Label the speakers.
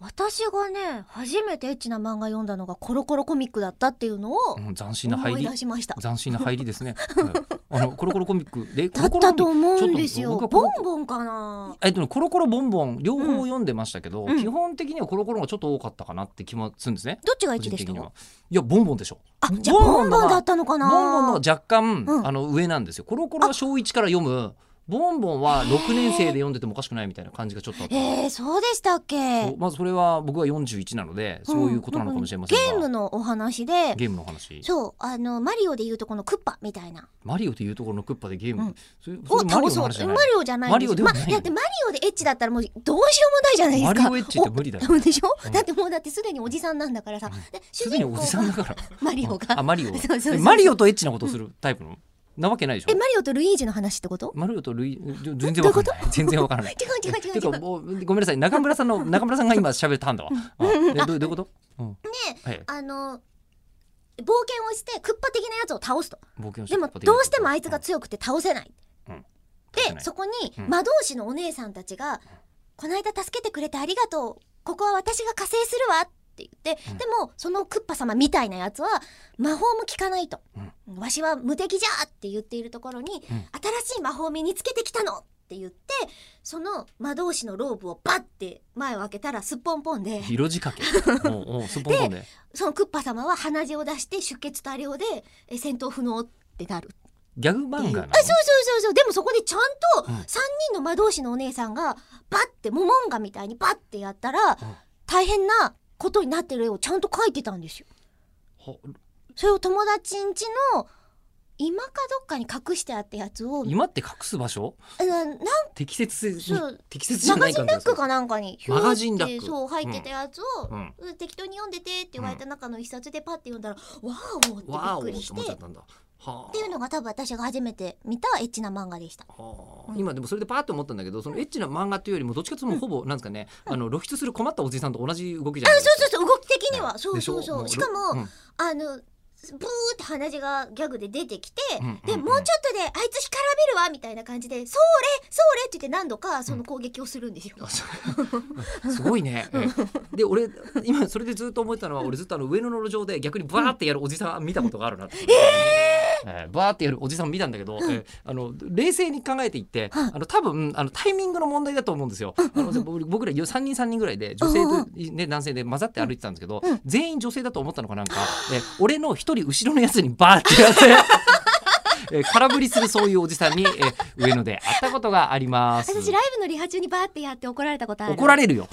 Speaker 1: 私がね初めてエッチな漫画読んだのがコロコロコミックだったっていうのを
Speaker 2: うん斬新な入
Speaker 1: 思い
Speaker 2: り
Speaker 1: 出しました
Speaker 2: 斬新な入りで すね、はいあのコロコロコミックでコ
Speaker 1: だ
Speaker 2: ロ
Speaker 1: っ
Speaker 2: コロ
Speaker 1: た
Speaker 2: コ
Speaker 1: と
Speaker 2: ミック
Speaker 1: 思うんです
Speaker 2: ちょ
Speaker 1: よ
Speaker 2: っと僕はコ
Speaker 1: ボ
Speaker 2: ロ
Speaker 1: ンボンかな
Speaker 2: えっとねコロコロボンボン両方読んでましたけど、
Speaker 1: うん
Speaker 2: 基本的にはコロコロがちょっと多かったかなって気もするんですね
Speaker 1: どっちが
Speaker 2: 個
Speaker 1: 駅
Speaker 2: 人
Speaker 1: でし
Speaker 2: 的
Speaker 1: た
Speaker 2: にはいやボンボンでしょ
Speaker 1: あじゃあボンボンだったのか
Speaker 2: ボ
Speaker 1: な
Speaker 2: ンボンの方が若干、
Speaker 1: うん
Speaker 2: あの上なんですよコロコロは小一から読むボンボンは6年生で読んでてもおかしくないみたいな感じがちょっとあった
Speaker 1: えー、そうでしたっけ
Speaker 2: そうまずそれは僕は41なのでそういうことなのかもしれませんが、
Speaker 1: うんゲームのお話で
Speaker 2: ゲームの話
Speaker 1: そうあのマリオでいうとこのクッパみたいな
Speaker 2: マリオというところのクッパでゲーム、
Speaker 1: うん
Speaker 2: それ
Speaker 1: を
Speaker 2: それマリ
Speaker 1: 倒
Speaker 2: オの
Speaker 1: そう
Speaker 2: 話じゃない
Speaker 1: マリオじゃないんですよ
Speaker 2: マリオではない
Speaker 1: まあだってマリオでエッチだったらもうどうしようもないじゃないですか
Speaker 2: マリオエッチって無理だ よ
Speaker 1: おでしょ、
Speaker 2: うん
Speaker 1: だってもうだってすでにおじさんなんだからさ、
Speaker 2: うん
Speaker 1: です主
Speaker 2: で
Speaker 1: 人
Speaker 2: に
Speaker 1: 公
Speaker 2: お
Speaker 1: が
Speaker 2: じさんだから
Speaker 1: マリオ
Speaker 2: あ
Speaker 1: が
Speaker 2: マリ
Speaker 1: そ
Speaker 2: オ
Speaker 1: うそうそう
Speaker 2: マリオとエッチなことするタイプのなわけないでしょ
Speaker 1: えマリオとルイージの話ってこと
Speaker 2: マリオとルイ全然わからない全然わからない
Speaker 1: 違 う違う違う違
Speaker 2: て
Speaker 1: う
Speaker 2: かもうごめんなさい中村さんの中村さんが今喋ったんだわ、あえどどういうこと、うん、ねはい、
Speaker 1: あの冒険をしてクッパ的なやつを倒すと
Speaker 2: 冒険を
Speaker 1: でもどうしてもあいつが強くて倒せないでそこ
Speaker 2: こ
Speaker 1: に
Speaker 2: うん
Speaker 1: 魔導士のお姉さんたちが「この間助けてくれてありがとうここは私が加勢するわ」って言って、
Speaker 2: うん
Speaker 1: でもそのクッパ様みたいなやつは魔法も効かないと、わしは無敵じゃ!」って言っているところに「
Speaker 2: うん
Speaker 1: 新しい魔法を身につけてきたの!」って言ってその魔導士のローブをバッて前を開けたらすっぽんぽんで
Speaker 2: 色仕掛 けもうもうすっぽんぽんで
Speaker 1: そのクッパ様は鼻血を出して出血多量でえ戦闘不能ってなる
Speaker 2: ギャグ
Speaker 1: ってい
Speaker 2: 漫
Speaker 1: う
Speaker 2: 画
Speaker 1: あ
Speaker 2: なの
Speaker 1: そうそうそうそうでもそこでちゃんと
Speaker 2: うん
Speaker 1: 3人の魔導士のお姉さんがバッてモモンガみたいにバッてやったら
Speaker 2: ん
Speaker 1: 大変なことになってる絵をちゃんと描いてたんですよ。
Speaker 2: ほ
Speaker 1: それを友達ん家の今かどっかに隠してあったやつを、うん、
Speaker 2: 今って隠す場所
Speaker 1: なんマ
Speaker 2: 適切に
Speaker 1: そう
Speaker 2: 適切じゃな
Speaker 1: ガ
Speaker 2: い
Speaker 1: ジ
Speaker 2: 感
Speaker 1: ン
Speaker 2: じ
Speaker 1: ラ
Speaker 2: が
Speaker 1: ッ
Speaker 2: する
Speaker 1: クかなんかにひょいって
Speaker 2: マガジンラック
Speaker 1: そう入ってたやつを、
Speaker 2: うん
Speaker 1: うん適当に読んでてって言われた中の一冊でパッて読んだら、わーおーってび
Speaker 2: わー
Speaker 1: っ
Speaker 2: お
Speaker 1: くり
Speaker 2: ー
Speaker 1: し
Speaker 2: と思っち
Speaker 1: て
Speaker 2: ゃ
Speaker 1: っ
Speaker 2: ったんだはあ
Speaker 1: ていうのが多分私が初めて見たエッチな漫画でした。
Speaker 2: は
Speaker 1: う
Speaker 2: あ
Speaker 1: ん
Speaker 2: 今でもそれでパーッと思ったんだけどそのエッチな漫画っていうよりもどっちかというともうほぼなんですかね、あの露出する困ったおじさんと同じ動きじゃない
Speaker 1: あ
Speaker 2: で
Speaker 1: そう
Speaker 2: す
Speaker 1: そうそう動き的に
Speaker 2: か
Speaker 1: は、そうそうそう
Speaker 2: で
Speaker 1: し
Speaker 2: ょ
Speaker 1: かも、
Speaker 2: ううん
Speaker 1: あのブーって鼻血がギャグで出てきて、
Speaker 2: うんうん
Speaker 1: で
Speaker 2: うん
Speaker 1: もうちょっとであいつ干からびるわみたいな感じで「それそれ!」って言って何度かその攻撃をするんですよ。
Speaker 2: あそう すごいね。ええで俺今それでずっと思ってたのは俺ずっとあの上野の路上で逆にバーってやるおじさん見たことがあるなって。ええバーってやるおじさん見たんだけど、ええあの冷静に考えていって、
Speaker 1: はい
Speaker 2: あの多分あのタイミングの問題だと思うんですよ。あの僕僕らよ三人三人ぐらいで女性
Speaker 1: うん
Speaker 2: と、ね、男性で混ざって歩いてたんですけど、
Speaker 1: うん
Speaker 2: 全員女性だと思ったのかなんか、ええ俺の一人後ろのやつにバーってやって。 ええ空振りするそういうおじさんに、ええ上野で会ったことがあります。
Speaker 1: 私ライブのリハ中にバーってやって怒られたことある
Speaker 2: 怒られるよ。